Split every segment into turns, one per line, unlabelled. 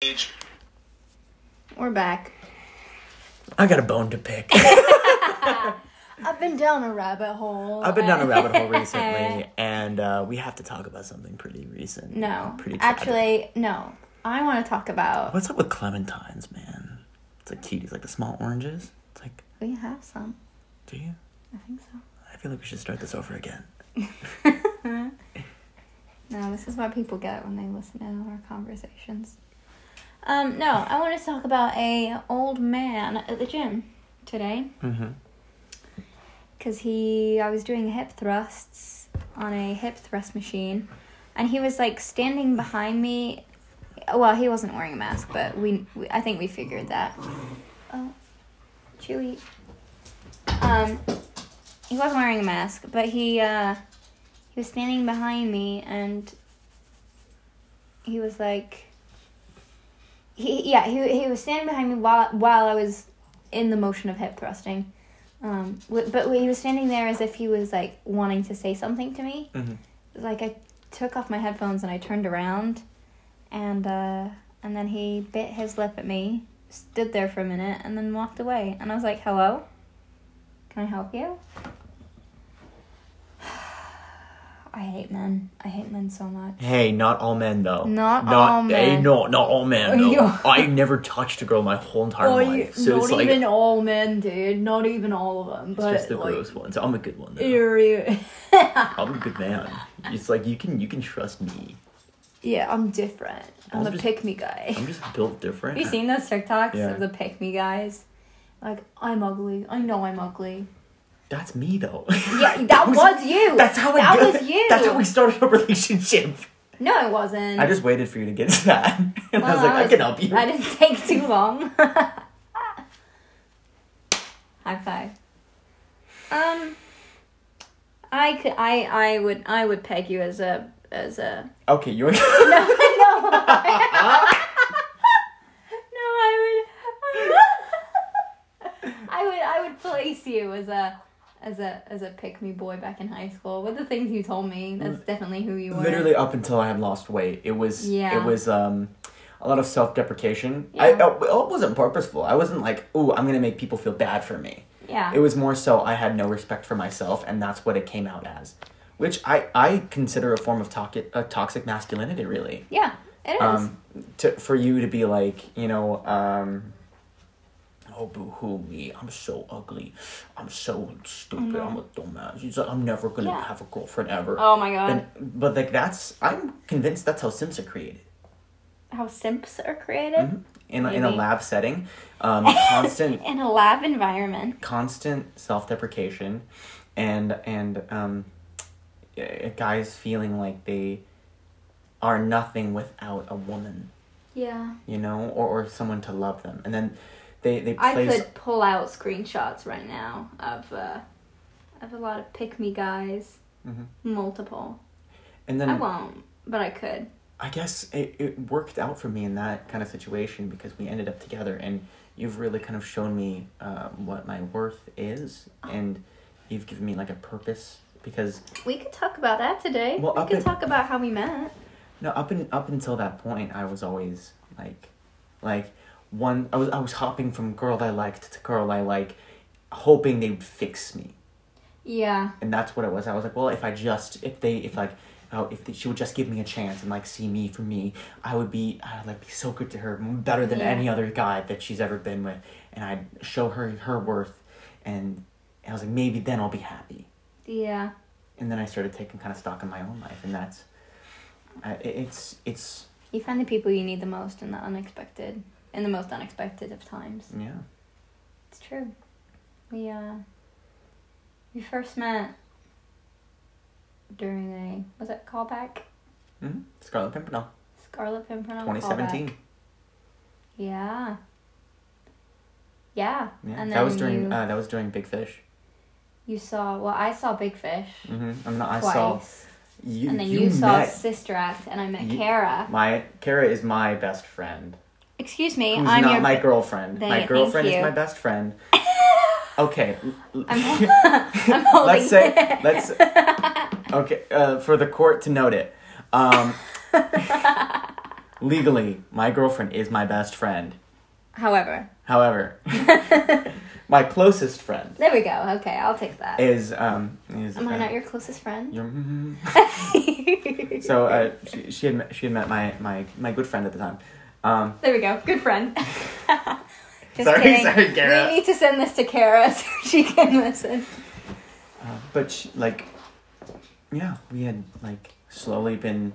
Teach.
We're back.
I got a bone to pick.
I've been down a rabbit hole.
I've been down a rabbit hole recently, and uh, we have to talk about something pretty recent.
No,
pretty tragic.
actually, no. I want to talk about.
What's up with clementines, man? It's like cuties, like the small oranges. It's like,
We have some.
do you?
I think so.
I feel like we should start this over again.
No, this is what people get when they listen to our conversations. Um, no, I want to talk about a old man at the gym today
Mm-hmm.
because he I was doing hip thrusts on a hip thrust machine, and he was like standing behind me. Well, he wasn't wearing a mask, but we, we I think we figured that. Oh, Chewy. Um, he wasn't wearing a mask, but he uh, he was standing behind me, and he was like. He, yeah, he, he was standing behind me while while I was in the motion of hip thrusting, um, w- but he was standing there as if he was like wanting to say something to me.
Mhm.
Like I took off my headphones and I turned around, and uh, and then he bit his lip at me, stood there for a minute, and then walked away. And I was like, "Hello, can I help you?" I hate men. I hate men so much.
Hey, not all men though.
Not all
Hey,
men. Oh,
no, not all men though.
Yeah.
I never touched a girl my whole entire
Oh,
life, so it's like it's
all men, dude. Not even all of them. But
just the gross one. So I'm a good one. Though. I'm a good man. It's like you can you can trust me.
yeah, I'm different.
I'm I'm a just-
pick me guy.
I'm just built different.
Have you seen those TikToks
Yeah.
of the pick me guys? Like, I'm ugly. I know I'm ugly.
That's me though.
Yeah, that was you.
That's how we
That
got-
was you.
That's how we started our relationship.
No, it wasn't.
I just waited for you to get to that, and I
Well,
was like, I, can help you.
That didn't take too long. High five. Um, I could, I, I would, I would peg you as a, as a.
Okay, you.
No, no. no, I would. I would, I would place you as a, as a, as a pick me boy back in high school. With the things you told me, that's definitely who you were.
Mm. Literally up until I had lost weight, it was
Yeah.
it was um a lot of self deprecation. I,
Yeah.
I it wasn't purposeful. I wasn't like, oh, I'm gonna make people feel bad for me.
Yeah.
It was more so I had no respect for myself, and that's what it came out as, which I I consider a form of toxic uh, toxic masculinity, really.
yeah, it is.
Um, to for you to be like, you know, um. Oh boo hoo me! I'm so ugly. I'm so stupid. I'm a dumbass. He's like, I'm never gonna
Mm-hmm. Yeah.
have a girlfriend ever.
oh my god.
And, but like that's I'm convinced that's how Sims are created
how simps are created
in a, in a
Maybe.
lab setting, um, constant
in a lab environment.
constant self deprecation, and and um, eh, guys feeling like they are nothing without a woman,
Yeah.
you know, or, or someone to love them, and then they they
I
place
could pull out screenshots right now of uh, of a lot of pick me guys,
Mhm.
multiple.
and
I
then
won't, but I could.
I guess it, it worked out for me in that kind of situation because we ended up together, and you've really kind of shown me uh, what my worth is, and you've given me like a purpose. Because
We could talk about that today.
Well,
we
up
could
in-
talk about how we met.
no, up and up until that point, I was always like, like one. I was I was hopping from girl I liked to girl I like, hoping they would fix me,
Yeah.
and that's what it was. I was like, well, if I just if they if like. Oh, if she would just give me a chance and like see me for me, I would be I'd like be so good to her, better than
Yeah.
any other guy that she's ever been with, and I'd show her her worth, and I was like maybe then I'll be happy,
Yeah.
and then I started taking kind of stock in my own life, and that's, I, it- it's it's
You find the people you need the most in the unexpected, in the most unexpected of times.
yeah
It's true. We uh we first met during a was it callback?
mm-hmm. Scarlet Pimpernel,
Scarlet Pimpernel.
twenty
callback.
seventeen,
Yeah. Yeah.
yeah
And then
that was during
you,
uh, that was during Big Fish.
you saw well I saw Big Fish
Mm-hmm. I'm not. I
twice.
saw you.
and then you,
you,
saw
met-
Sister Act and I met
You-
Kara.
my Kara is my best friend.
Excuse me,
Who's
I'm
not
your
my girlfriend.
They-
my
thank
girlfriend is
you.
my best friend. Okay. l-
I'm, I'm holding
let's say let's okay uh, for the court to note it. Um, Legally, my girlfriend is my best friend.
However,
However,
there
my closest friend
we go. Okay, I'll take that.
is um is
Am
uh,
I not your closest friend?
your- mm. so uh, she, she had met, she had met my, my my good friend at the time. Um,
there we go. Good friend. Just
Sorry,
kidding.
sorry, Kara.
We need to send this to Kara so she can listen.
uh, but she, like, yeah, we had like slowly been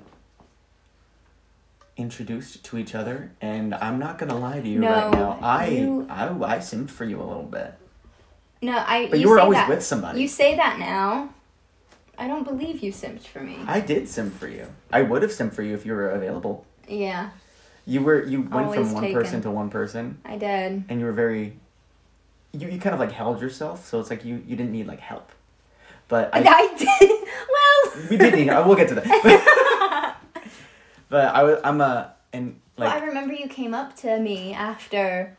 introduced to each other, and I'm not gonna lie to you
No,
right now. I
you-
I I simped for you a little bit,
No, I.
but you, were
say
always
that-
with somebody.
You say that now. I don't believe you simped for me.
I did sim for you. I would have sim for you if you were available.
Yeah,
You were you went
Always
from one
taken.
person to one person,
I did.
and you were very. You, you kind of like held yourself, so it's like you you didn't need like help, but
I,
I
did. Well,
we did need. I will get to that. but I was I'm a and
Well,
like
I remember you came up to me after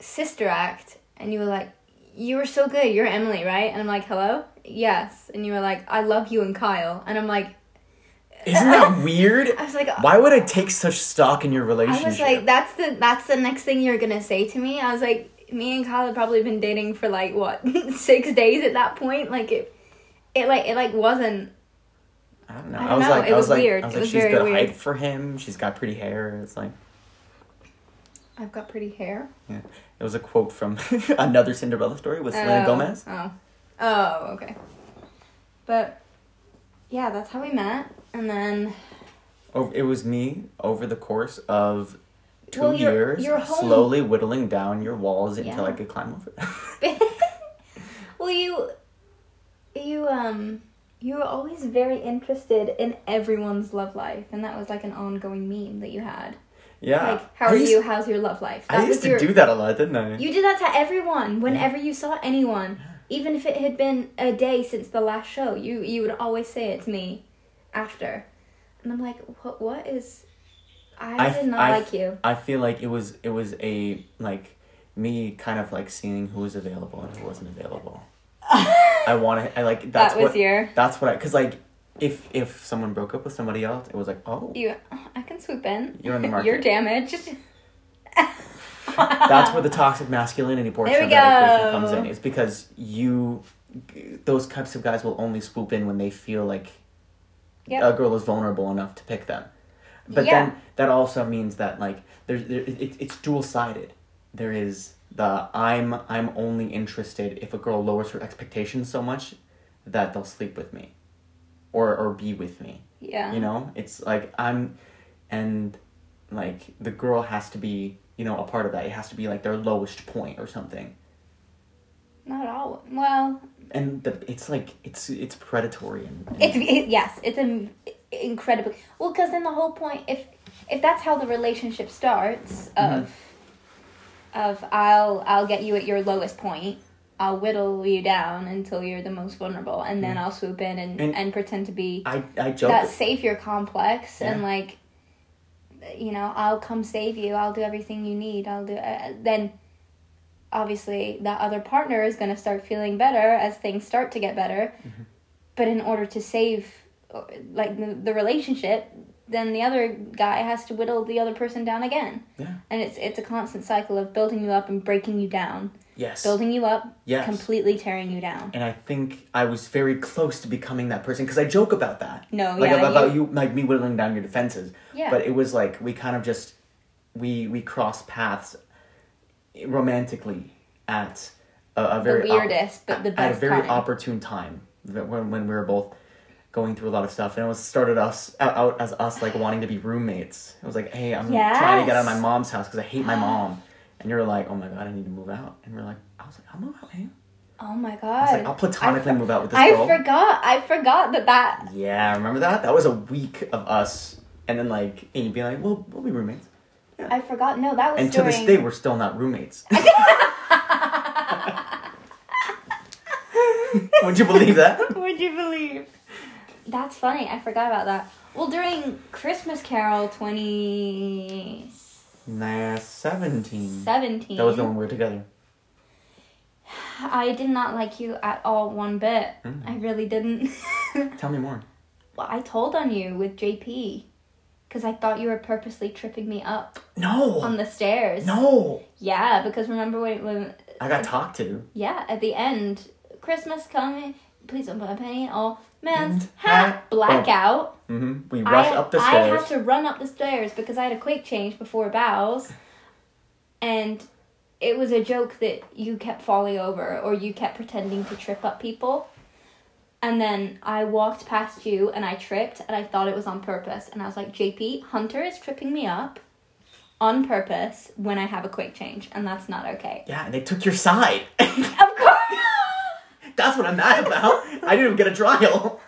Sister Act and you were like, You were so good, you're Emily, right? And I'm like, Hello? Yes. And you were like, I love you and Kyle. And I'm like,
isn't that weird?
I was like,
Why would I take such stock in your
I
relationship?
was like, That's the that's the next thing you're gonna say to me. I was like, Me and Kyle had probably been dating for like what, six days at that point? Like it it like it like wasn't
I don't know.
I
I,
don't
was
know,
like
it
I
was
was like
weird,
I was
it
like
was
she's
very
got
weird.
height for him. She's got pretty hair. It's like
I've got pretty hair.
yeah. It was a quote from another Cinderella story with Selena
Oh,
Gomez.
Oh. Oh, okay. But yeah, that's how we met. And then
Oh, it was me over the course of two
Well, your-
years,
your home-
slowly whittling down your walls
Yeah.
until I could climb over.
well, you, you, um, you were always very interested in everyone's love life, and that was like an ongoing meme that you had.
yeah.
Like, how
I
are
used,
you? How's your love life? That
I used
was your,
to do that a lot, didn't I?
You did that to everyone whenever you saw anyone, even if it had been a day since the last show. You you would always say it to me, after, and I'm like, what? What is? I,
I-
did not
I-
like you.
I feel like it was it was a like me kind of like seeing who was available and who wasn't available. I want to. I like that's
that was
what
your.
that's what I because like if if someone broke up with somebody else, it was like oh
You, I can swoop in.
You're on the market.
You're damaged.
that's where the toxic masculinity portion
There
of
we
that equation
go.
comes in. It's because you, those types of guys will only swoop in when they feel like
Yep.
a girl is vulnerable enough to pick them. But
Yeah.
then that also means that like there's there, it, it- it's dual sided. There is the I'm I'm only interested if a girl lowers her expectations so much that they'll sleep with me, or or be with me
Yeah.
you know it's like i'm and like the girl has to be you know a part of that it has to be like their lowest point or something
Not all. Well,
and the, it's like it's it's predatory and, and
it's it, yes, it's an incredible. Well, because then the whole point, if if that's how the relationship starts,
Mm-hmm.
of of I'll I'll get you at your lowest point, I'll whittle you down until you're the most vulnerable, and then I'll swoop in and and,
Mm-hmm. And-
pretend to be
i i joke
that savior complex and
Yeah.
like you know i'll come save you i'll do everything you need i'll do uh, then obviously that other partner is going to start feeling better as things start to get better
Mm-hmm.
but in order to save uh, like the, the relationship then the other guy has to whittle the other person down again
Yeah.
and it's it's a constant cycle of building you up and breaking you down
yes
building you up
yes
completely tearing you down
and i think i was very close to becoming that person because i joke about that
No,
like
yeah,
about, about you like me whittling down your defenses
Yeah.
but it was like we kind of just we we cross paths romantically at a, a very uh, op-
weirdest, but the
at a
best
very
time.
opportune time that when when we were both going through a lot of stuff and it was started us out, out as us like wanting to be roommates it was like hey i'm trying to get out of my
Yes.
mom's house because i hate my mom and you're like oh my god i need to move out and we're like i was like i'll move out man
oh my god
i was like i'll platonically move out with this
I
girl
forgot. I forgot that that.
yeah remember that that was a week of us and then like and you'd be like well we'll be roommates
I forgot. No, that was
and
during.
to this day we're still not roommates would you believe that
Would you believe? That's funny. I forgot about that. Well, during Christmas Carol 2017.
nah 17 that was the one we were together
I did not like you at all one bit.
Mm.
I really didn't.
tell me more
well, I told on you with JP. because I thought you were purposely tripping me up
No.
on the stairs.
no.
Yeah, because remember when, when
I got talked to.
yeah, at the end, Christmas coming, please don't put a penny in all man's
Man's
hat.
hat.
Blackout.
hmm We rushed
I,
up the
I
stairs.
had to run up the stairs because I had a quick change before bows, and it was a joke that you kept falling over or you kept pretending to trip up people. And then I walked past you and I tripped and I thought it was on purpose. And I was like, JP, Hunter is tripping me up on purpose when I have a quick change, and that's not okay.
Yeah, and they took your side.
Of course!
That's what I'm mad about. I didn't even get a trial.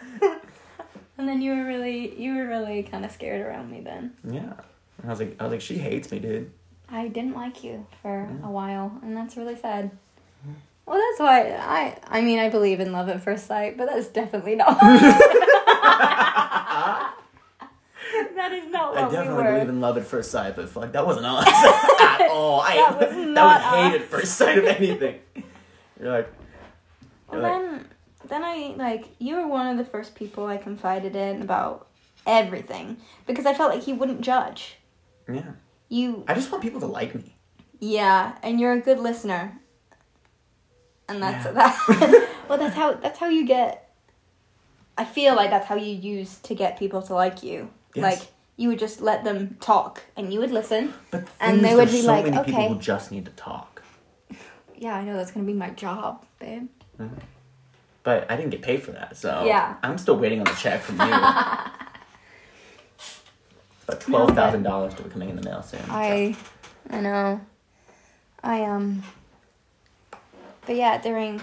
and then you were really, you were really kind of scared around me then.
Yeah. And I was like, I was like, she hates me, dude.
I didn't like you for a while, and that's really sad. Well, that's why I I mean I believe in love at first sight, but that's definitely not. that is not
I
what we
definitely
were.
believe in love at first sight, but fuck, that wasn't us at all. I
That
that,
was
would
not
hate
us.
at first sight of anything. You're like,
Well,
Like-
then then I like you were one of the first people I confided in about everything because I felt like he wouldn't judge
yeah.
you.
I just want people to like me.
Yeah, and you're a good listener. And that's
Yeah.
that. well, that's how that's how you get. I feel like that's how you use to get people to like you.
Yes.
Like you would just let them talk, and you would listen.
But the
And
thing
they
is,
would
there's
be
so
like,
many
"Okay."
people who just need to talk.
Yeah, I know that's gonna be my job, babe.
But I didn't get paid for that, so
Yeah.
I'm still waiting on the check from you. but twelve thousand dollars to be coming in the mail soon. so.
I, I know. I um. But yeah, during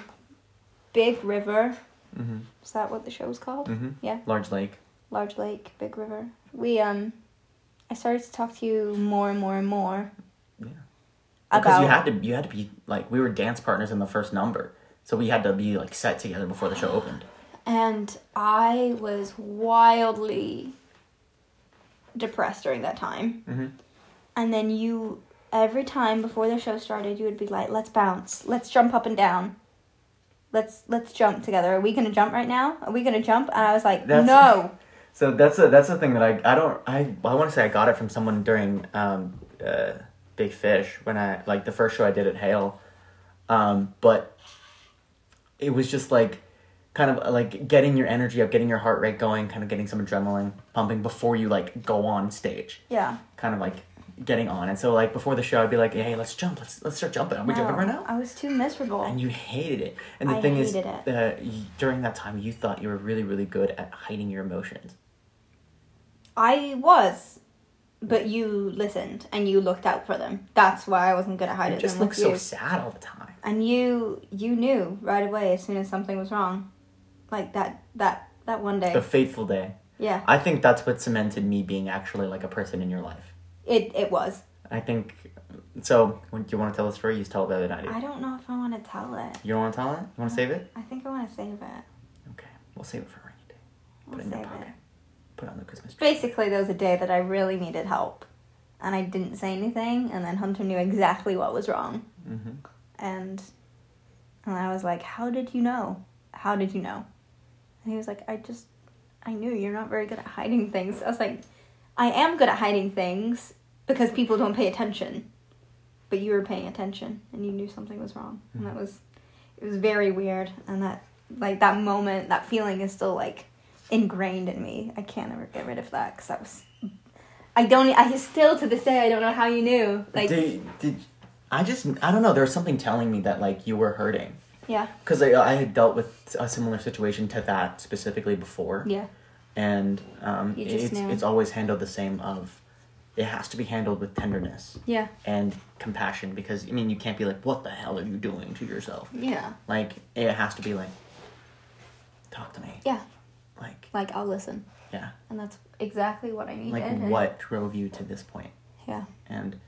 Big River,
Mhm.
is that what the show was called?
Mhm.
Yeah.
Large Lake.
large lake, big river. We um, I started to talk to you more and more and more.
Yeah. Because
About
you had to, you had to be like we were dance partners in the first number, so we had to be like set together before the show opened.
and I was wildly depressed during that time.
Mhm.
And then you, every time before the show started, you would be like, "Let's bounce. Let's jump up and down." Let's let's jump together. Are we gonna jump right now? Are we gonna jump? And I was like,
That's-
no.
So that's a that's the thing that I I don't I I want to say I got it from someone during um uh Big Fish when I like the first show I did at Hale, um but it was just like kind of uh, like getting your energy up, getting your heart rate going, kind of getting some adrenaline pumping before you like go on stage,
Yeah.
kind of like getting on. And so like before the show, I'd be like, hey, let's jump, let's let's start jumping. Are we jumping
No,
right now?
I was too miserable.
And you hated it. And the
I
thing is,
hated
uh, y- during that time, you thought you were really, really good at hiding your emotions.
I was, but you listened and you looked out for them. That's why I wasn't good at hiding
It just
them with
looks so
you.
sad all the time.
and you, you knew right away as soon as something was wrong, like that, that, that one day.
The fateful day.
yeah,
I think that's what cemented me being actually like a person in your life.
it it was.
I think. So, when, do you want to tell the story? You tell it better than I do.
I don't know if I want to tell it.
You don't want to tell it? You want to save it?
I think I want to save it.
Okay, we'll save it for a rainy day.
I'll
Put it in
save
your
it.
pocket. Put it on the Christmas tree.
Basically, there was a day that I really needed help, and I didn't say anything, and then Hunter knew exactly what was wrong,
Mm-hmm.
and and I was like, "How did you know? How did you know?" And he was like, "I just I knew you're not very good at hiding things." I was like, "I am good at hiding things because people don't pay attention." But you were paying attention and you knew something was wrong. And that was it was very weird and that like that moment, that feeling is still like ingrained in me. I can't ever get rid of that cuz that was I don't I still to this day I don't know how you knew. Like
did, did I just I don't know? There was something telling me that like you were hurting
yeah.
because I I had dealt with a similar situation to that specifically before.
Yeah.
And um,
You just
it's
knew.
it's always handled the same. Of it has to be handled with tenderness.
Yeah.
and compassion because I mean you can't be like what the hell are you doing to yourself
Yeah.
like it has to be like talk to me
Yeah.
like
Like I'll listen.
yeah
And that's exactly what I needed.
like
and-
what drove you to this point
Yeah.
and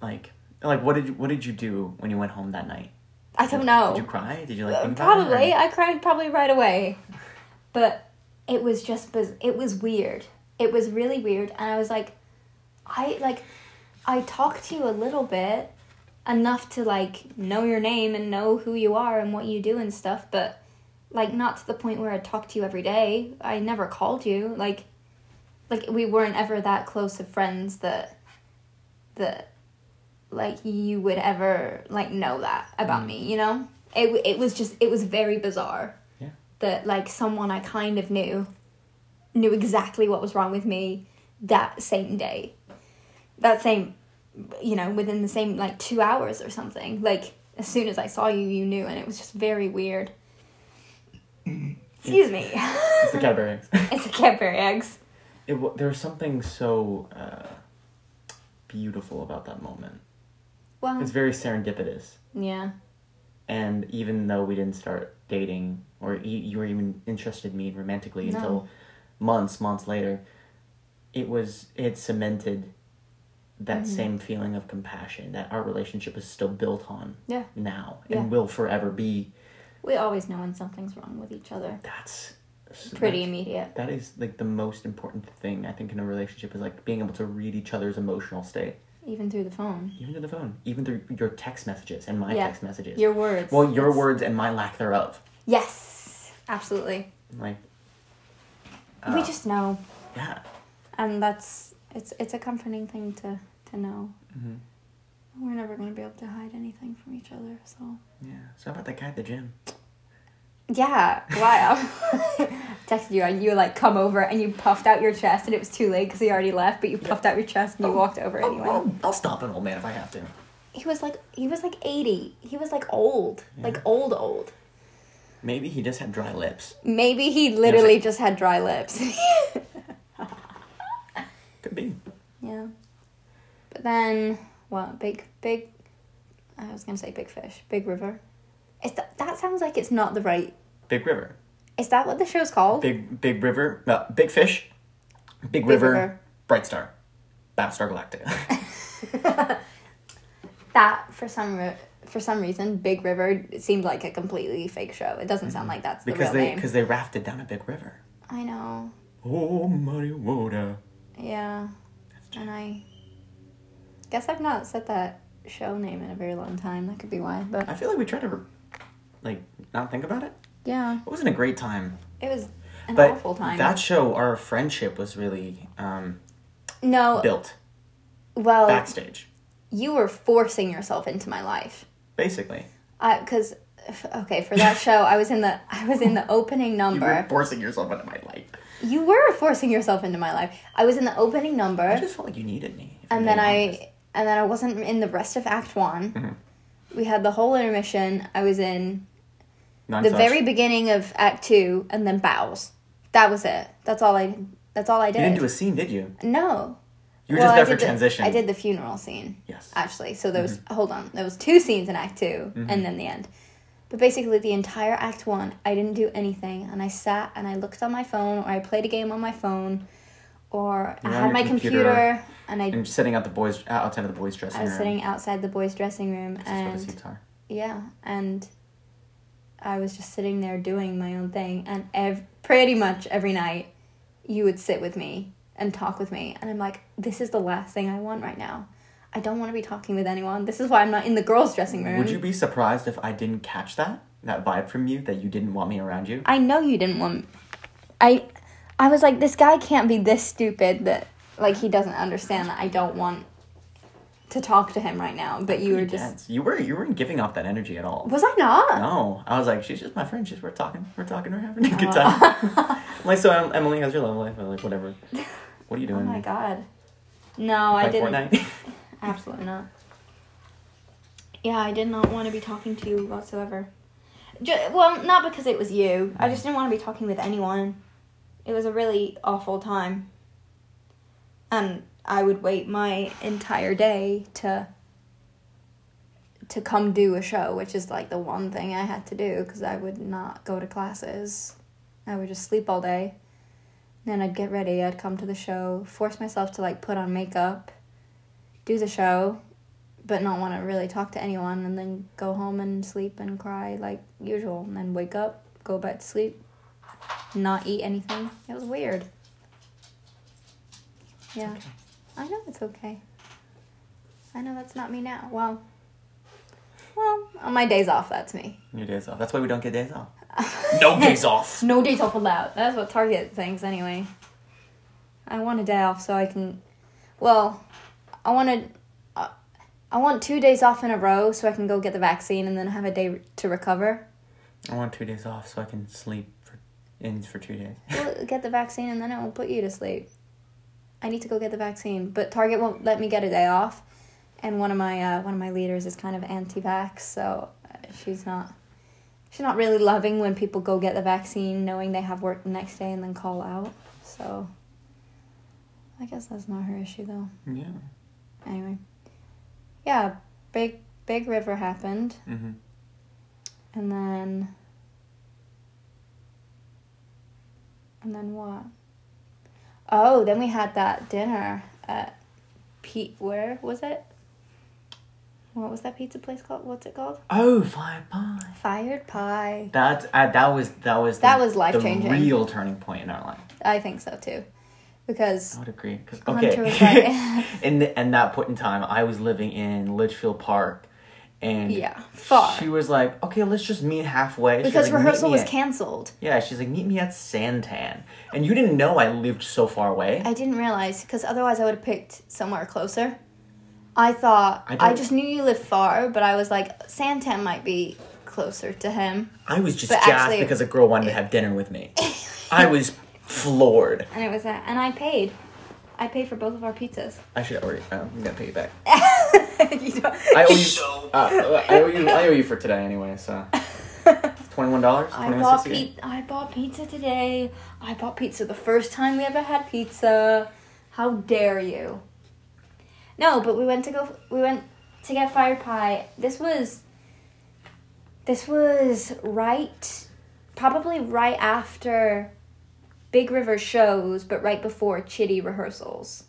like like what did you, what did you do when you went home that night
I don't
did you
know.
cry did you like
Uh,
think about it, or-
Probably. I cried probably right away. But it was just biz- it was weird. It was really weird and I was like I like I talked to you a little bit enough to like know your name and know who you are and what you do and stuff, but like not to the point where I talk to you every day. I never called you. Like like we weren't ever that close of friends that that like you would ever like know that
Mm.
about me you know it, w- it was just it was very bizarre
Yeah.
that like someone i kind of knew knew exactly what was wrong with me that same day that same you know within the same like two hours or something like as soon as i saw you you knew and it was just very weird excuse me
It's the Cadbury eggs.
it's a Cadbury eggs
It, wa- there was something so uh, beautiful about that moment.
well
It's very serendipitous.
yeah
And even though we didn't start dating, or you, you were even interested in me romantically
No.
until months, months later, it was it cemented that
Mm-hmm.
same feeling of compassion that our relationship is still built on
yeah
now
Yeah.
and will forever be.
we always know when something's wrong with each other
That's
pretty immediate
that is like the most important thing I think in a relationship is like being able to read each other's emotional state,
even through the phone
even to the phone, even through your text messages and my
Yeah.
text messages.
your words
well, your
It's-
words and my lack thereof.
yes absolutely
Like
we
uh,
just know
yeah,
and that's it's it's a comforting thing to to know
Mhm.
we're never going to be able to hide anything from each other so
yeah. So how about that guy at the gym?
yeah wow texted you and you were like come over and you puffed out your chest and it was too late because he already left but you puffed out your chest and you walked over
Oh,
anyway
I'll, I'll stop an old man if I have to.
he was like he was like 80 he was like old like old old
Maybe he just had dry lips.
maybe he literally just had dry lips
Could be.
Yeah. But then, well, big, big, I was going to say big fish, big river. Is that, that sounds like it's not the right,
Big River.
is that what the show's called?
Big Big River. No, Big Fish. Big, River,
River.
Bright Star. Battlestar Galactica.
That, for some re- for some reason, Big River seemed like a completely fake show. It doesn't sound like that's the
Mm-hmm. because
real
they
name.
because they rafted down a big river.
I know.
Oh, muddy water.
Yeah. And I guess I've not said that show name in a very long time. That could be why. But
I feel like we tried to, like, not think about it.
yeah,
It wasn't a great time,
it was an
but
awful time.
that show, our friendship was really um,
no,
built
well,
backstage,
you were forcing yourself into my life.
basically.
because okay for that show i was in the i was in the opening
You were
number
forcing yourself into my life.
you were forcing yourself into my life i was in the opening
I
number
just felt like you needed me. if I'm
and then
being honest.
i and then i wasn't in the rest of act one
Mm-hmm.
we had the whole intermission i was in
None
the
such.
very beginning of act two and then bows that was it that's all i that's all i
You
did
didn't do a scene, did you?
no
You were
Well,
just
I
there for
did the-
transition.
i did the funeral scene
Yes. Mm-hmm.
actually. So there was hold on, there was two scenes in Act 2 and then the end. But basically, the entire Act One, I didn't do anything, and I sat and I looked on my phone, or I played a game on my phone, or
You
I
were on
had
your
my computer,
computer,
and I,
and sitting out the boys outside of the boys' dressing
I was
room.
sitting outside the boys' dressing room,
That's where the
and
seats are.
yeah, and I was just sitting there doing my own thing, and ev- pretty much every night, you would sit with me and talk with me, and I'm like, this is the last thing I want right now. I don't want to be talking with anyone. This is why I'm not in the girls' dressing room.
Would you be surprised if I didn't catch that that vibe from you that you didn't want me around you?
I know you didn't want. I, I was like, this guy can't be this stupid that like he doesn't understand that I don't want to talk to him right now. But you were just,
Yes. You were you weren't giving off that energy at all.
was I not?
No, I was like, she's just my friend. She's we're talking, we're talking, we're having a good time. like, so em- Emily, how's your love life? I'm like, whatever. What are you
Oh
doing?
my god. No, I
Play
didn't.
Fortnite?
Absolutely not. Yeah, I did not want to be talking to you whatsoever. Ju- well, not because it was you. I just didn't want to be talking with anyone. It was a really awful time. And I would wait my entire day to to come do a show, which is like the one thing I had to do because I would not go to classes. I would just sleep all day. Then I'd get ready, I'd come to the show, force myself to like put on makeup do the show but not want to really talk to anyone and then go home and sleep and cry like usual and then wake up go back to sleep not eat anything it was weird yeah i know it's okay i know that's not me now well well on my days off that's me
Your days off. That's why we don't get days off. no days off.
no days off allowed that's what target thinks anyway I want a day off so I can. Well, I want to. Uh, I want two days off in a row so I can go get the vaccine and then have a day re- to recover.
I want two days off so I can sleep for in for two days.
Well, get the vaccine and then it will put you to sleep. I need to go get the vaccine, but Target won't let me get a day off, and one of my uh, one of my leaders is kind of anti-vax, so uh, she's not she's not really loving when people go get the vaccine knowing they have work the next day and then call out. So I guess that's not her issue though.
Yeah.
Anyway, yeah, big big river happened,
Mm-hmm.
and then and then what? Oh, then we had that dinner at Pete. Where was it? What was that pizza place called? What's it called?
Oh, fire pie.
Fired Pie.
That uh, that was that was
That
the-
was life-changing.
The real turning point in our life.
I think so too, because
I would agree. 'cause-
Hunter
okay.
was right.
in the, in that point in time, I was living in Litchfield Park, and
Yeah, far.
She was like, "Okay, let's just meet halfway." She
because
like, "Meet
rehearsal
me
was
at-"
canceled.
Yeah, she's like, "Meet me at Santan," and you didn't know I lived so far away.
I didn't realize because otherwise I would have picked somewhere closer. I thought
I
I,
don't-
just knew you live far, but I was like Santan might be closer to him.
I was just
But
jazzed
actually-
because a girl wanted to have dinner with me. I was floored.
And it was that, and I paid. I paid for both of our pizzas.
I should already. Um, I'm gonna pay you back.
You don't-
I owe you.
So-
uh, I owe you. I owe you for today anyway. So twenty one dollars.
I bought pe- I bought pizza today. I bought pizza the first time we ever had pizza. How dare you? No, but we went to go. We went to get fire pie. This was. This was right, probably right after Big River shows, but right before Chitty rehearsals.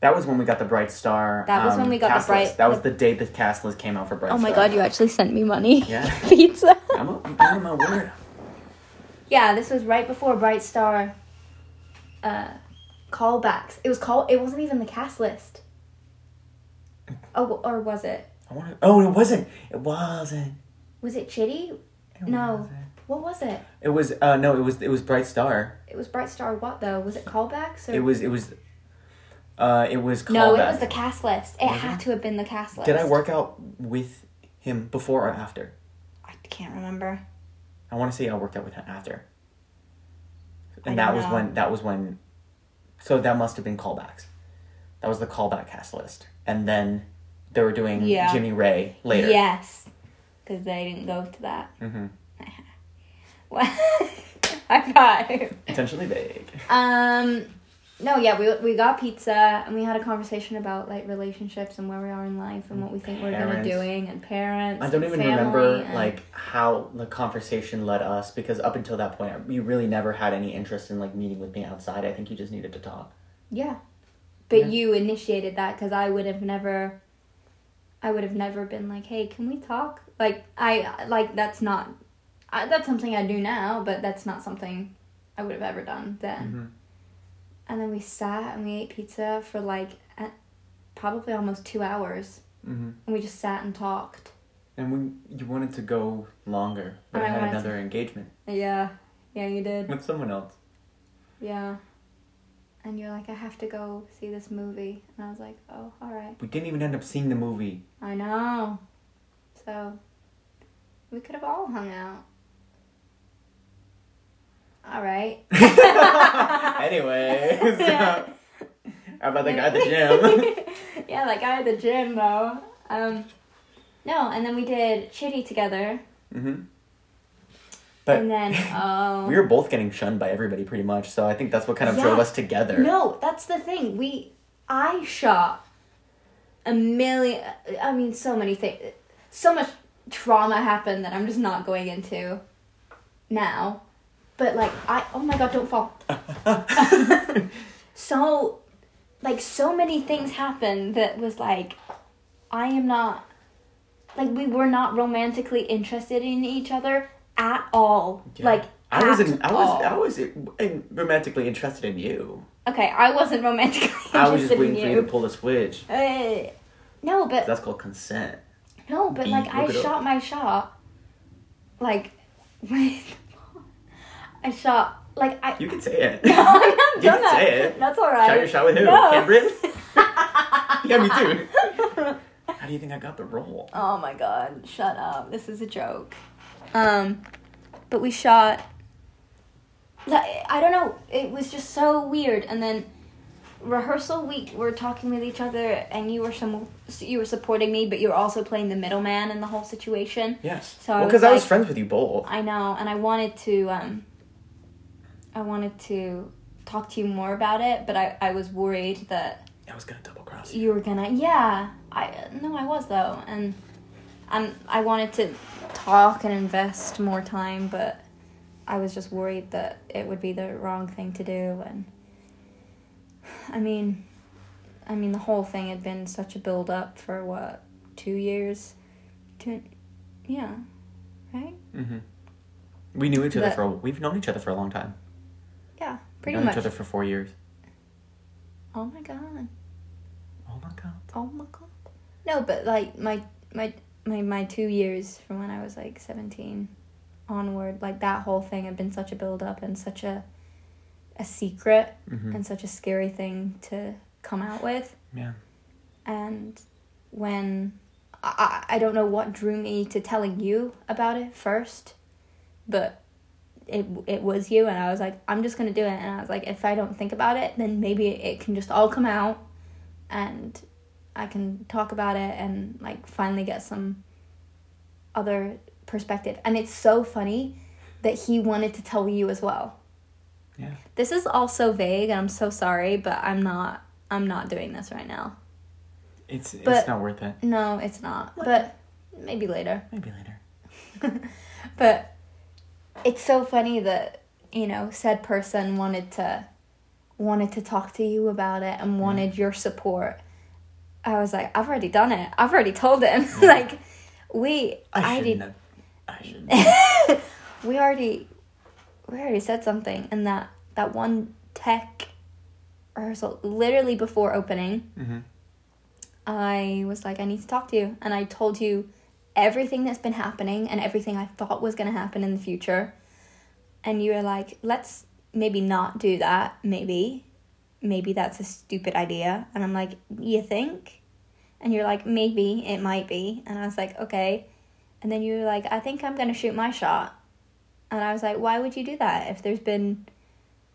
That was when we got the Bright Star.
That was when we got the
cast
Bright-
list. That was the day the cast list came out for Bright
Oh my
Star.
god, you actually sent me money.
Yeah.
Pizza.
I'm, a, I'm on my word.
Yeah, this was right before Bright Star uh callbacks. It was call it wasn't even the cast list. Oh or was it?
I wanna, oh, it wasn't. It wasn't.
Was it Chitty?
It
No.
wasn't.
What was it?
It was. Uh, no. It was. It was Bright Star.
It was Bright Star what though? Was it callbacks or
It was. It was. Uh, it was.
No, it
callback.
was the cast list. It had to have been the cast list.
Did I work out with him before or after?
I can't remember.
I want to say I worked out with him after.
I
And that
don't
was
know.
when that was when so that must have been callbacks. That was the callback cast list. And then they were doing
Yeah.
Jimmy Ray later.
Yes. Cuz they didn't go to that.
Mhm.
What? High five.
Potentially vague.
Um, no, yeah, we we got pizza and we had a conversation about like relationships and where we are in life and what we think we're gonna
Parents.
be doing and parents.
I don't
and
even
family
remember
and-
like how the conversation led us because up until that point you really never had any interest in like meeting with me outside. I think you just needed to talk.
yeah, but
Yeah.
you initiated that because I would have never. I would have never been like, hey, can we talk? Like I like that's not, I, that's something I do now, but that's not something I would have ever done then.
Mm-hmm.
And then we sat and we ate pizza for like, a- probably almost two hours,
Mhm.
and we just sat and talked.
And we you wanted to go longer, but
And
I
I
had
wanted to-
another engagement
Yeah. Yeah, you did.
with someone else.
Yeah. And you're like, I have to go see this movie. And I was like, oh, all right.
We didn't even end up seeing the movie.
I know. So, we could have all hung out. All right.
anyway,
Yeah.
how about the guy at the gym?
yeah, that guy at the gym, though. Um, no, and then we did Chitty together.
hmm But
and then, oh.
we were both getting shunned by everybody pretty much, so I think that's what kind of
Yeah.
drove us together.
No, that's the thing. We, I shot a million. I mean, so many things. So much trauma happened that I'm just not going into now. But like, I oh my god, don't fall. so, like, so many things happened that was like, I am not. Like we were not romantically interested in each other at all.
Yeah.
Like
I was,
at
in, I was,
all.
I was in, romantically interested in you.
Okay, I wasn't romantically interested
I was just waiting
in
for you to pull the switch.
Uh, no, but
That's called consent.
no, but
Beat,
like I
look it up.
shot my shot, like with, I shot like I.
You can say it.
No, I'm not
You
gonna.
can say it.
That's all right.
Shot your shot with who?
No.
Cameron? yeah, me too. How do you think I got the role?
Oh my god, shut up. This is a joke. Um but we shot I I don't know, it was just so weird and then rehearsal week we're talking with each other and you were some you were supporting me but you were also playing the middleman in the whole situation.
Yes.
So I
well,
was
because I was
like-
friends with you both.
I know and I wanted to um I wanted to talk to you more about it, but I I was worried that
I was gonna double cross you.
you were gonna yeah i no i was though and i'm i wanted to talk and invest more time but i was just worried that it would be the wrong thing to do and i mean i mean the whole thing had been such a build up for what two years two yeah right
Mm-hmm. We knew each other
That-
for a, we've known each other for a long time.
yeah pretty
known
much
each other for four years.
oh my god
Oh my god.
oh my god no but like my my my, my two years from when i was like 17 onward like that whole thing had been such a build up and such a a secret
Mm-hmm.
and such a scary thing to come out with
Yeah.
and when I, I I don't know what drew me to telling you about it first, but it it was you, and I was like, I'm just gonna do it, and I was like, if I don't think about it, then maybe it can just all come out, and I can talk about it and like finally get some other perspective. And it's so funny that he wanted to tell you as well.
Yeah.
This is all so vague, and I'm so sorry, but I'm not I'm not doing this right now.
It's it's
But-
not worth it.
No, it's not.
What?
But maybe later.
Maybe later.
But it's so funny that, you know, said person wanted to wanted to talk to you about it and wanted your support. I was like, I've already done it. I've already told him. like we I,
I,
Um,
shouldn't
did
have. I shouldn't. have.
we already we already said something and that that one tech rehearsal literally before opening
Mhm.
I was like, I need to talk to you. And I told you everything that's been happening and everything I thought was going to happen in the future. And you were like, let's maybe not do that. Maybe. Maybe that's a stupid idea. And I'm like, you think? And you're like, maybe it might be. And I was like, okay. And then you were like, I think I'm going to shoot my shot. And I was like, why would you do that if there's been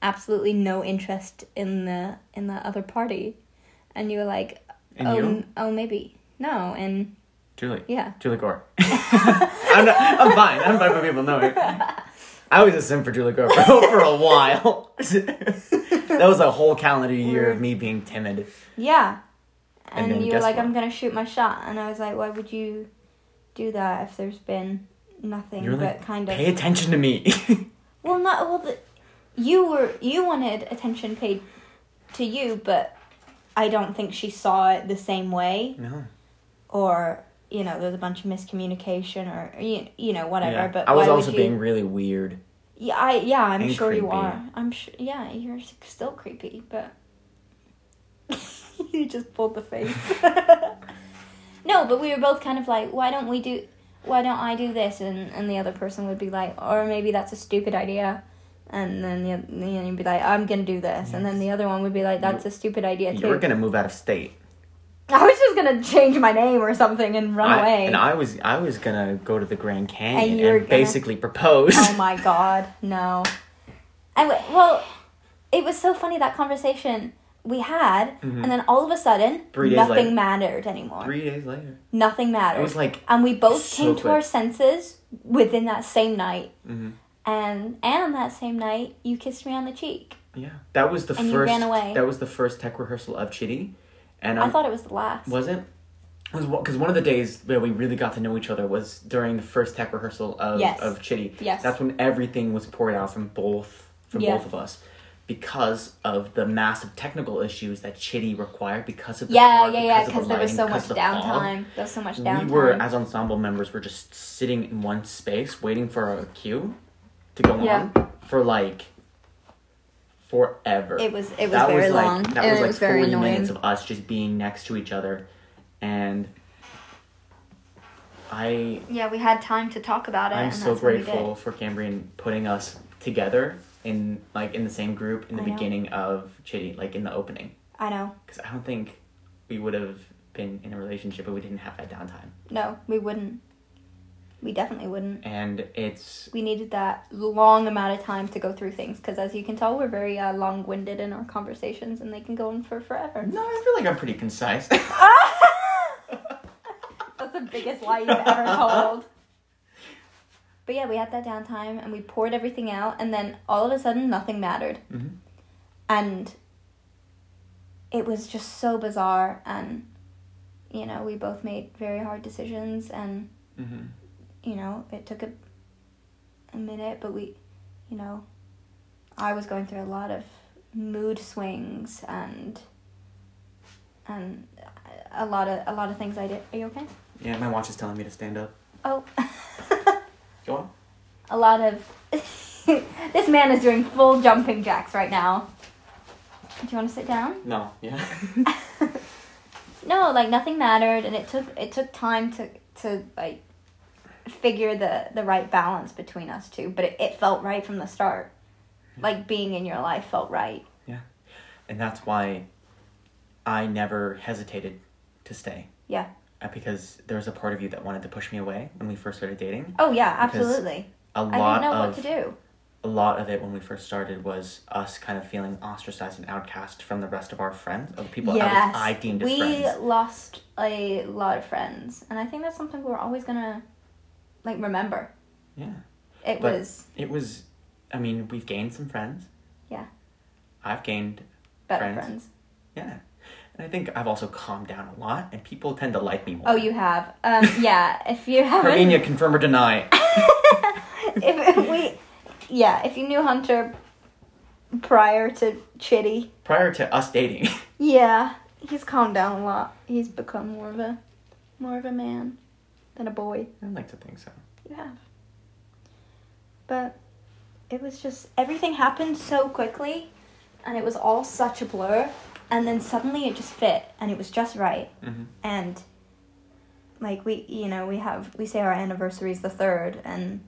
absolutely no interest in the in the other party? And you were like,
And
oh,
you,
m- oh, maybe. No, and
Julie.
yeah.
Julie Gore. I'm, not, I'm fine. I'm fine with people knowing. I was a sim for Julie Gore for, for a while. that was a whole calendar year of me being timid.
Yeah.
And
And,
then
you were
guess
like,
what?
I'm going to shoot my shot. And I was like, why would you do that if there's been nothing
You were
but
like,
kind of.
pay attention to me.
well, not. Well, the, you were. You wanted attention paid to you, but I don't think she saw it the same way.
no.
Or, you know, there's a bunch of miscommunication or, you, you know, whatever.
Yeah.
But
I was
why would
also
you-
being really weird.
Yeah, I, yeah, I'm
and
sure you
creepy.
are. I'm sure. Yeah, you're s- still creepy, but you just pulled the face. no, but we were both kind of like, why don't we do? Why don't I do this? And and the other person would be like, or maybe that's a stupid idea. And then the oth- you know, you'd be like, I'm gonna do this. And then the other one would be like, that's a stupid idea
You were
too.
gonna move out of state.
I was just gonna change my name or something and run
I,
away.
and I was I was gonna go to the Grand Canyon
And
and,
you were gonna-
basically propose.
Oh my god, no. Anyway, well, it was so funny that conversation we had, and then all of a sudden,
Mm-hmm. Three days
nothing
later.
mattered anymore.
Three days later,
Nothing mattered.
it was like
and we both
so
came to
quick.
our senses within that same night.
Mhm.
And and on that same night, you kissed me on the cheek.
yeah. That was the
And you
first.
ran away.
That was the first tech rehearsal of Chitty, and
I
I'm-
thought it was the last.
Was it? Was because one of the days where we really got to know each other was during the first tech rehearsal of
Yes.
of Chitty.
Yes.
That's when everything was poured out from both from
Yeah.
both of us because of the massive technical issues that Chitty required because of the
yeah,
art,
yeah, yeah,
of
because
the
there was
lighting,
so much
because of the fog.
downtime. There was so much downtime.
We were as ensemble members were just sitting in one space waiting for a cue to go
Yeah.
on for like forever.
It was- it was
that
very
was like,
long,
That
and
was
it
like
was very
forty
annoying.
minutes of us just being next to each other, and I
yeah, we had time to talk about it.
I'm
and
so
that's when we did.
grateful for Cambrian putting us together in like in the same group in the
I know.
beginning of Chitty, like in the opening,
I know.
because I don't think we would have been in a relationship if we didn't have that downtime.
No, we wouldn't. We definitely wouldn't.
And it's
We needed that long amount of time to go through things because, as you can tell, we're very uh, long winded in our conversations and they can go on for forever.
no, I feel like I'm pretty concise. Mm-hmm.
That's the biggest lie you've ever told. But yeah, we had that downtime and we poured everything out, and then all of a sudden, nothing mattered.
Mhm.
And it was just so bizarre, and you know, we both made very hard decisions, and
mm-hmm.
you know, it took a, a minute, but we, you know, I was going through a lot of mood swings and and a lot of a lot of things I did. Are you okay?
Yeah, my watch is telling me to stand up.
Oh,
Go on.
a lot of this man is doing full jumping jacks right now. Do you want to sit down?
No. Yeah.
no, like nothing mattered, and it took it took time to to like figure the the right balance between us two. But it, it felt right from the start.
Hmm.
Like being in your life felt right.
and that's why I never hesitated to stay.
Yeah.
Uh, Because there was a part of you that wanted to push me away when we first started dating.
Oh yeah,
Because
absolutely.
A
I didn't
lot
know
of
what to do.
a lot of it when we first started was us kind of feeling ostracized and outcast from the rest of our friends, of the people I,
Yes,
was, I deemed as
we
friends.
lost a lot of friends, and I think that's something we're always gonna like remember.
Yeah.
It
But-
was
It was, I mean, we've gained some friends.
Yeah.
I've gained,
better
friends.
friends.
yeah. And I think I've also calmed down a lot, and people tend to like me more.
Oh, you have. Um, yeah, if you haven't.
Armenia, confirm or deny.
if we, yeah, if you knew Hunter prior to Chitty,
Prior to us dating,
yeah, he's calmed down a lot. He's become more of a, more of a man, than a boy.
I'd like to think so.
You have. But it was just everything happened so quickly, and it was all such a blur, and then suddenly it just fit, and it was just right,
Mhm.
and. Like we, you know, we have we say our anniversary is the third, and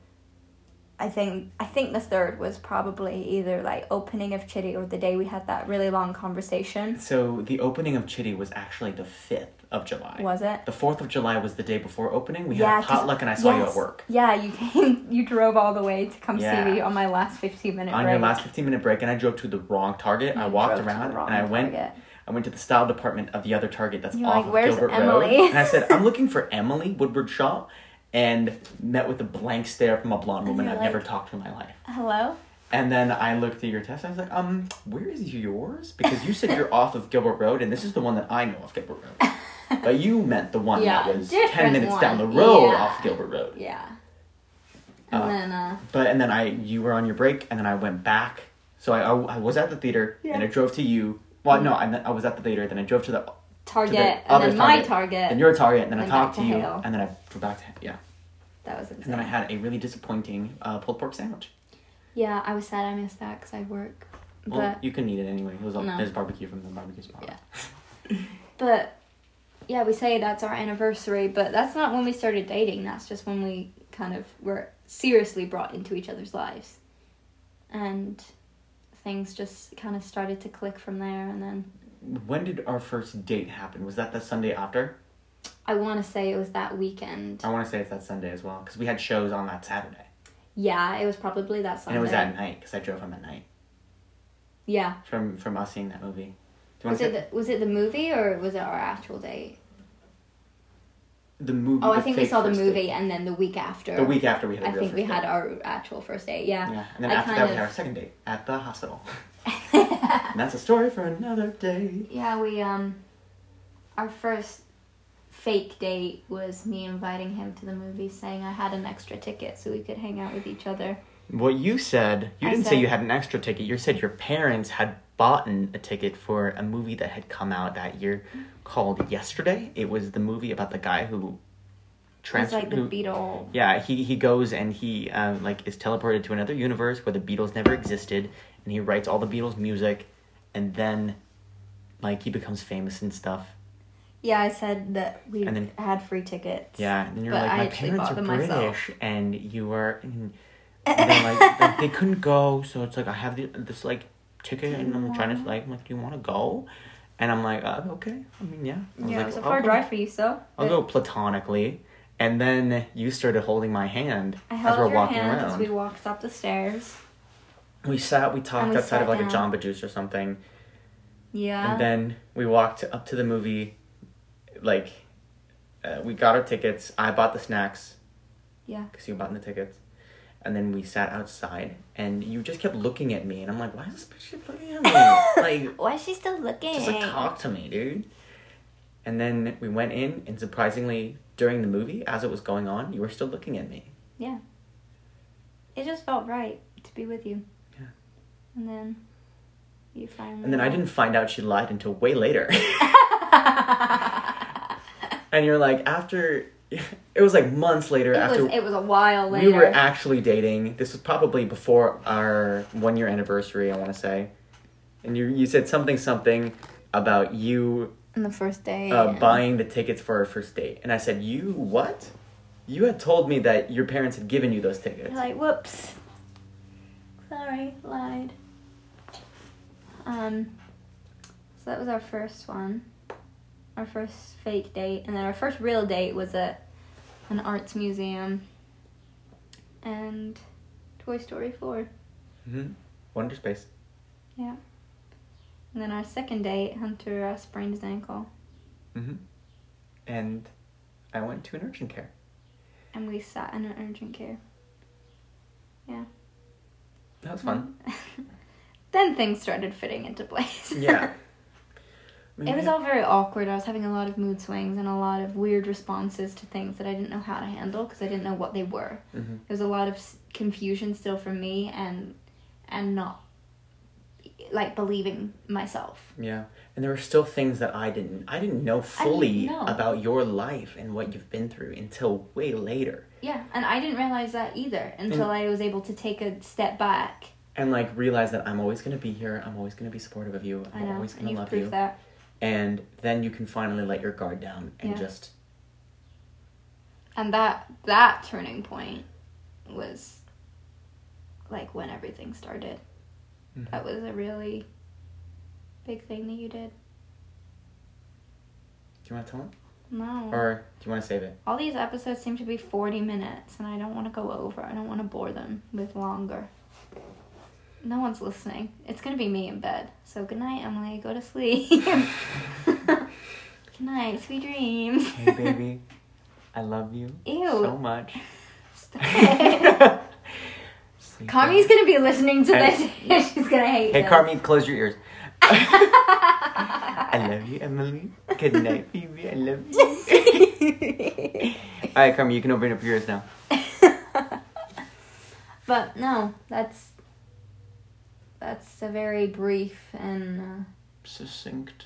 I think I think the third was probably either like opening of Chitty or the day we had that really long conversation.
So the opening of Chitty was actually the fifth of July.
Was it?
The fourth of July was the day before opening. We had a
'cause-
potluck, and I saw you at
yes.
work
Yeah, you came. You drove all the way to come
Yeah.
see me on my last fifteen minute.
on
break.
your last fifteen minute break, and I drove to the wrong Target. I
You
walked
drove to the
around
wrong
and I went.
Target.
I went to the style department of the other Target that's
You're
off
like,
of
"Where's
Gilbert
Emily?"
Road, and I said, "I'm looking for Emily Woodward Shaw," and met with a blank stare from a blonde woman
you're
I've
like-
never talked to in my life.
Hello.
And then I looked at your test. I was like, "Um, where is yours?" Because you said you're off of Gilbert Road, and this is the one that I know off Gilbert Road. But you meant the one
Yeah,
that was
different
ten minutes down the
one.
road
Yeah.
off Gilbert Road.
Yeah.
And Uh,
then, uh,
But and then I you were on your break, and then I went back. So I I, I was at the theater, and
Yeah.
I drove to you. Well, no, I, I was at the theater, then I drove to the
Target,
to the
and
other
then my
then
Target.
your target, and then I
Then
talked
back
to,
to
you,
Hale.
and then I drove back to yeah.
That was
And
insane.
then I had a really disappointing uh, pulled pork sandwich.
yeah, I was sad I missed that because I work.
Well,
But,
you couldn't eat it anyway. It was all
No.
there's barbecue from the barbecue spot.
Yeah. but, yeah, we say that's our anniversary, but that's not when we started dating. That's just when we kind of were seriously brought into each other's lives. And things just kind of started to click from there. And then
When did our first date happen? Was that the Sunday after?
I want to say it was that weekend.
I want to say it's that Sunday as well because we had shows on that Saturday,
Yeah, it was probably that
and
Sunday.
it was at night because I drove home at night
Yeah.
from from us seeing that movie. Do you want
Was
to
it,
say
the, was it the movie or was it our actual date?
the, movie?
Oh, I
the
think we
fake
saw the
first
movie
date?
and then the week after.
The week after we had. a
I
real
think we
first
had
date.
our actual first date. Yeah.
Yeah, and then
I
after that
kind
we had
of-
our second date at the hospital. and that's a story for another day.
Yeah, we um our first fake date was me inviting him to the movie saying I had an extra ticket so we could hang out with each other.
What you said, you
I
didn't say
said-
you had an extra ticket. You said your parents had bought a ticket for a movie that had come out that year called Yesterday. It was the movie about the guy who
It was
transferred.
like the Beatle.
yeah, he, he goes and he uh, like is teleported to another universe where the Beatles never existed, and he writes all the Beatles music, and then like he becomes famous and stuff.
Yeah, I said that we
And then-
had free tickets.
Yeah, and you're
But
like
I
my
actually
parents
bought
are
them
British,
myself.
and you are. And And they're like, like, they couldn't go, so it's like I have the, this like ticket, and I'm trying to like, I'm like, do you want to go? And I'm like, uh, okay. I mean, yeah. I was
yeah,
like,
it was a
"I'll
far
go.
drive for you, so. but
I'll go platonically, and then you started holding my hand
I
as
held
we're
your
walking
hand as
around.
we walked up the stairs.
We sat, we talked
we
outside of
sat
like
down.
a Jamba Juice or something,
Yeah.
and then we walked up to the movie. Like, uh, we got our tickets. I bought the snacks
yeah.
because you bought the tickets, and then we sat outside, and you just kept looking at me, and I'm like, why is this bitch looking at me? like,
Why is she still looking?
Just like talk to me, dude. And then we went in, and surprisingly, during the movie, as it was going on, you were still looking at me.
It just felt right to be with you.
Yeah.
And then you finally.
And then I didn't find out she lied until way later. and you're like, after it was like months later,
it
after
was it was a while later.
we were actually dating. This was probably before our one year anniversary, I want to say. And you you said something something about you
on the first day.
uh,
and-
buying the tickets for our first date, and I said, "You what? You had told me that your parents had given you those tickets."
You're like, whoops. Sorry, lied. Um, so that was our first one, our first fake date, and then our first real date was at an arts museum. And Toy Story Four,
Mm-hmm. Wonder Space.
and then our second date, Hunter uh, sprained his ankle,
Mm-hmm. And I went to an urgent care.
and we sat in an urgent care.
That was fun.
then things started fitting into place.
Yeah. Mm-hmm.
It Mm-hmm. was all very awkward. I was having a lot of mood swings and a lot of weird responses to things that I didn't know how to handle because I didn't know what they were.
Mhm.
There was a lot of s- confusion still for me and and not like believing myself.
Yeah. And there were still things that I didn't I didn't know fully
know.
about your life and what you've been through until way later.
Yeah, and I didn't realize that either until I was able to take a step back.
And like realize that I'm always gonna be here, I'm always gonna be supportive of you,
I
I'm
know,
always
and
gonna
you've
love
proved
you.
that.
And then you can finally let your guard down and
Yeah.
just
And that that turning point was like when everything started.
Mhm.
That was a really big thing that you did.
do you wanna tell him?
No.
Or do you wanna save it?
All these episodes seem to be 40 minutes, and I don't want to go over. I don't want to bore them with longer. No one's listening. It's going to be me in bed. So good night, Emily. Go to sleep. good night. Sweet dreams.
Hey baby, I love you
Ew.
so much.
Stop.
Sleep
Carmi's going to be listening to this.
Hey.
She's going to hate
Hey,
this.
Carmi, close your ears. I love you, Emily. Good night, Phoebe. I love you. All right, Carmi, you can open up your ears now.
but no, that's that's a very brief and
Succinct,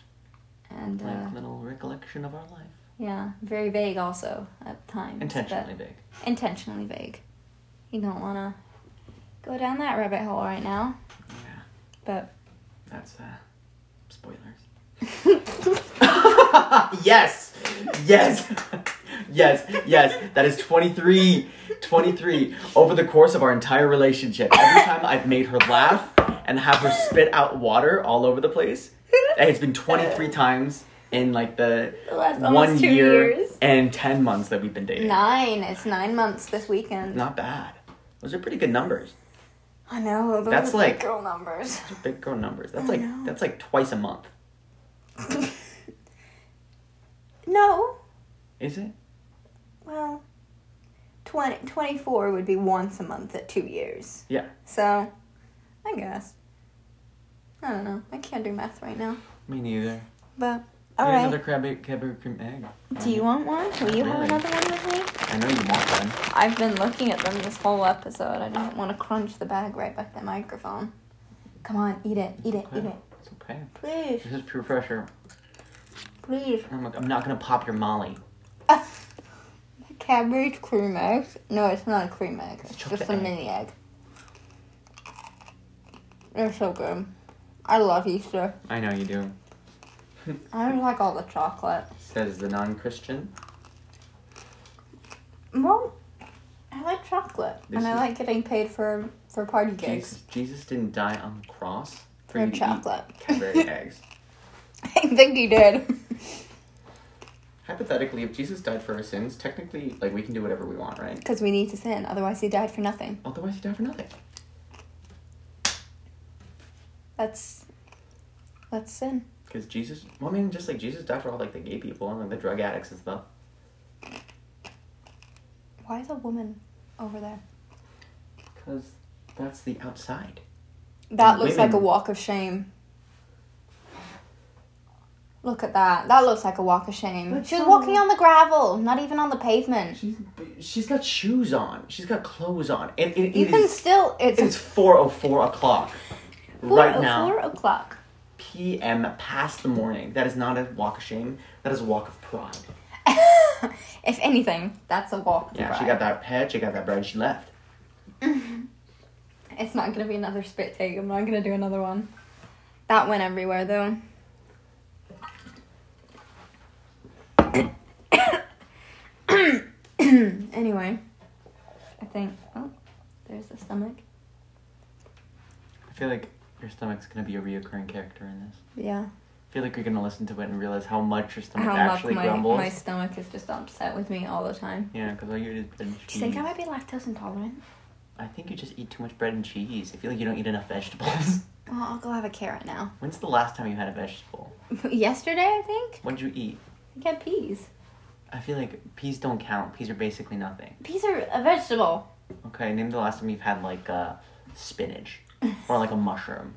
uh, and uh,
like little recollection of our life.
Yeah, very vague also at times. but-
Intentionally big.
intentionally vague. You don't want to go down that rabbit hole right now,
Yeah,
but
that's uh, spoilers. yes, yes, yes, yes. That is 23, 23. Over the course of our entire relationship, every time I've made her laugh and have her spit out water all over the place, and it's been 23 times in like the
the last
one
Uh. almost two
year
years.
and 10 months that we've been dating.
Nine. It's nine months this weekend.
Not bad. Those are pretty good numbers.
I know. Those
That's
are big
like-
girl numbers.
Those are big girl numbers. That's
I
like
know.
that's like twice a month.
No.
Is it?
Well, 20, 24 would be once a month at two years.
Yeah.
So, I guess. I don't know. I can't do math right now.
Me neither.
But,
Get
alright.
Another crab egg, crab egg cream egg.
Do you want one? Will you have
Really?
another one with me?
I know you want one.
I've been looking at them this whole episode. I didn't want to crunch the bag right by the microphone. Come on, eat it, eat it, eat it.
It's okay.
Please,
This is pure pressure.
please.
I'm, like, I'm not gonna pop your molly.
Cabbage cream egg. No, it's not a cream egg. It's
chocolate
just a
egg.
mini egg. They're so good. I love Easter.
I know you do.
I don't like all the chocolate.
Says the non-Christian.
Well, I like chocolate,
This
and I
is-
like getting paid for for party gigs
Jesus, Jesus didn't die on the cross for,
for,
you to eat
chocolate.
Cadbury eggs.
I think he did.
Hypothetically, if Jesus died for our sins, technically, like we can do whatever we want, right?
Because we need to sin, otherwise he died for nothing.
Otherwise, he died for nothing.
That's that's sin.
Because Jesus, well, I mean, just like Jesus died for all like the gay people and like the drug addicts and stuff.
Why is a woman over there?
Because that's the outside.
That looks like a
Women.
walk of shame. Look at that. That looks like a walk of shame.
That's
she was
so-
walking on the gravel, not even on the pavement.
She's she's got shoes on. She's got clothes on, and it,
You
it
can
is
still. It's,
it's four o four o'clock
four,
right now.
four o'clock.
p.m. past the morning. That is not a walk of shame. That is a walk of pride.
if anything, that's a walk.
Yeah,
right?
she got that head. She got that bread. She left.
It's not gonna be another spit take. I'm not gonna do another one. That went everywhere though. anyway, I think. Oh, there's the stomach.
I feel like your stomach's gonna be a reoccurring character in this.
Yeah.
I feel like you're gonna listen to it and realize how much your stomach
How much
actually
my
grumbles.
my stomach is just upset with me all the time.
Yeah, because all you eat is bread and
Do
cheese.
you think I might be lactose intolerant?
I think you just eat too much bread and cheese. I feel like you don't eat enough vegetables.
Well, I'll go have a carrot now.
When's the last time you had a vegetable?
Yesterday, I think.
What'd you eat?
I got peas.
I feel like peas don't count. Peas are basically nothing.
Peas are a vegetable.
Okay, name the last time you've had like uh, spinach or like a mushroom.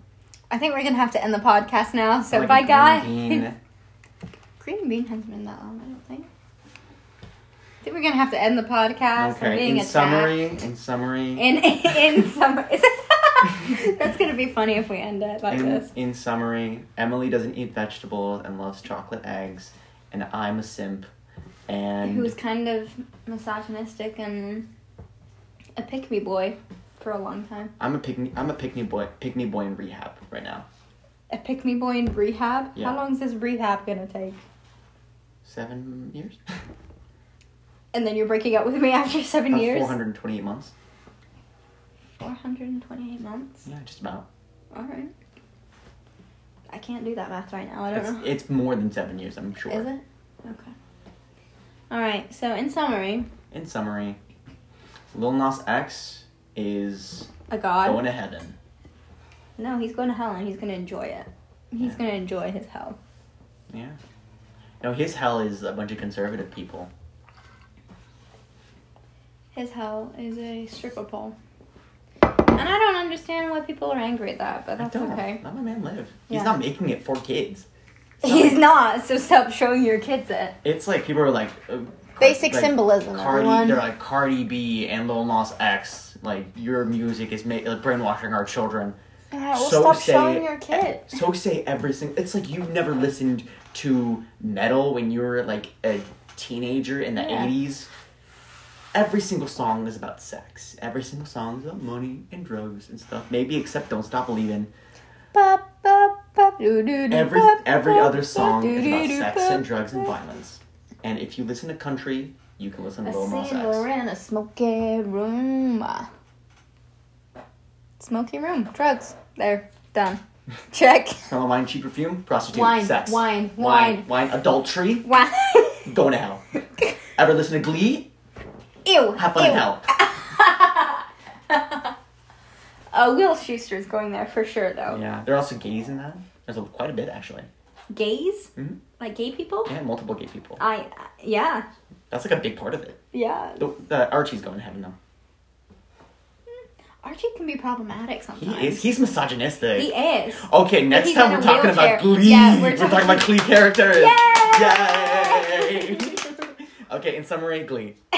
I think we're gonna have to end the podcast now. So
Or, like,
bye,
a green
guys.
bean.
Green bean hasn't been that long, I don't think. I think we're gonna have to end the podcast. I'm
Okay.
being
In
attacked.
summary, in summary,
In in summary, is this- that's gonna be funny if we end it like
in,
this.
in summary, Emily doesn't eat vegetables and loves chocolate eggs, and I'm a simp, and
Who was kind of misogynistic and a pick me boy for a long time.
I'm a pygmy. I'm a pygmy boy. Pygmy boy in rehab right now.
A pick me boy in rehab.
Yeah.
How long is this rehab gonna take?
Seven years.
And then you're breaking up with me after seven years.
Four hundred twenty-eight months.
Four hundred and twenty-eight months.
Yeah, just about.
All right. I can't do that math right now. I don't
It's,
know.
it's more than seven years, I'm sure.
Is it? Okay. All right. So in summary,
In summary, Lil Nas X is
a god.
going to heaven.
no, he's going to hell and he's going to enjoy it. He's
Yeah.
going to enjoy his hell.
Yeah. No, his hell is a bunch of conservative people.
His hell is a stripper pole. And I don't understand why people are angry at that, but
I
that's
don't.
okay.
Let my man live.
Yeah.
He's not making it for kids.
He's not, so stop showing your kids it.
It's like people are like uh,
Basic
like
symbolism,
Cardi,
everyone.
they're like Cardi B and Lil Nas X. Like your music is ma- like, brainwashing our children.
Yeah, well,
So
stop
say-
showing your kid.
So say every single. It's like you never listened to metal when you were like a teenager in the
Yeah.
eighties. Every single song is about sex. Every single song is about money and drugs and stuff. Maybe except "Don't Stop Believing."
Ba, ba, ba, doo, doo, doo,
Every
ba,
every
ba,
other
ba,
song
doo,
is
doo,
about
doo,
sex
ba,
and drugs and
ba.
violence. And if you listen to country, you can listen
A
to Lil Nas
sailor
X.
in a smoky room. Smoky room. Drugs. There. Done. Check.
Smell of wine, cheap perfume, prostitute,
Wine,
sex,
wine,
wine, wine, adultry,
Wow.
going to hell. Ever listen to Glee?
Ew.
Have fun
ew.
in hell.
Uh, Will Schuster's going there for sure, though.
Yeah, they're also gays in that. There's a, quite a bit actually.
Gays?
Mhm.
Like gay people?
Yeah, multiple gay people.
I. Yeah.
That's like a big part of it.
Yeah.
The, the Archie's going to heaven though.
Archie can be problematic
He
sometimes.
is. He's misogynistic.
He is.
okay, next
he's
time
in a
we're talking about
wheelchair.
Glee.
Yeah, we're
we're,
talking-
talking about Glee characters.
Yay!
Yay! okay, in summary, Glee.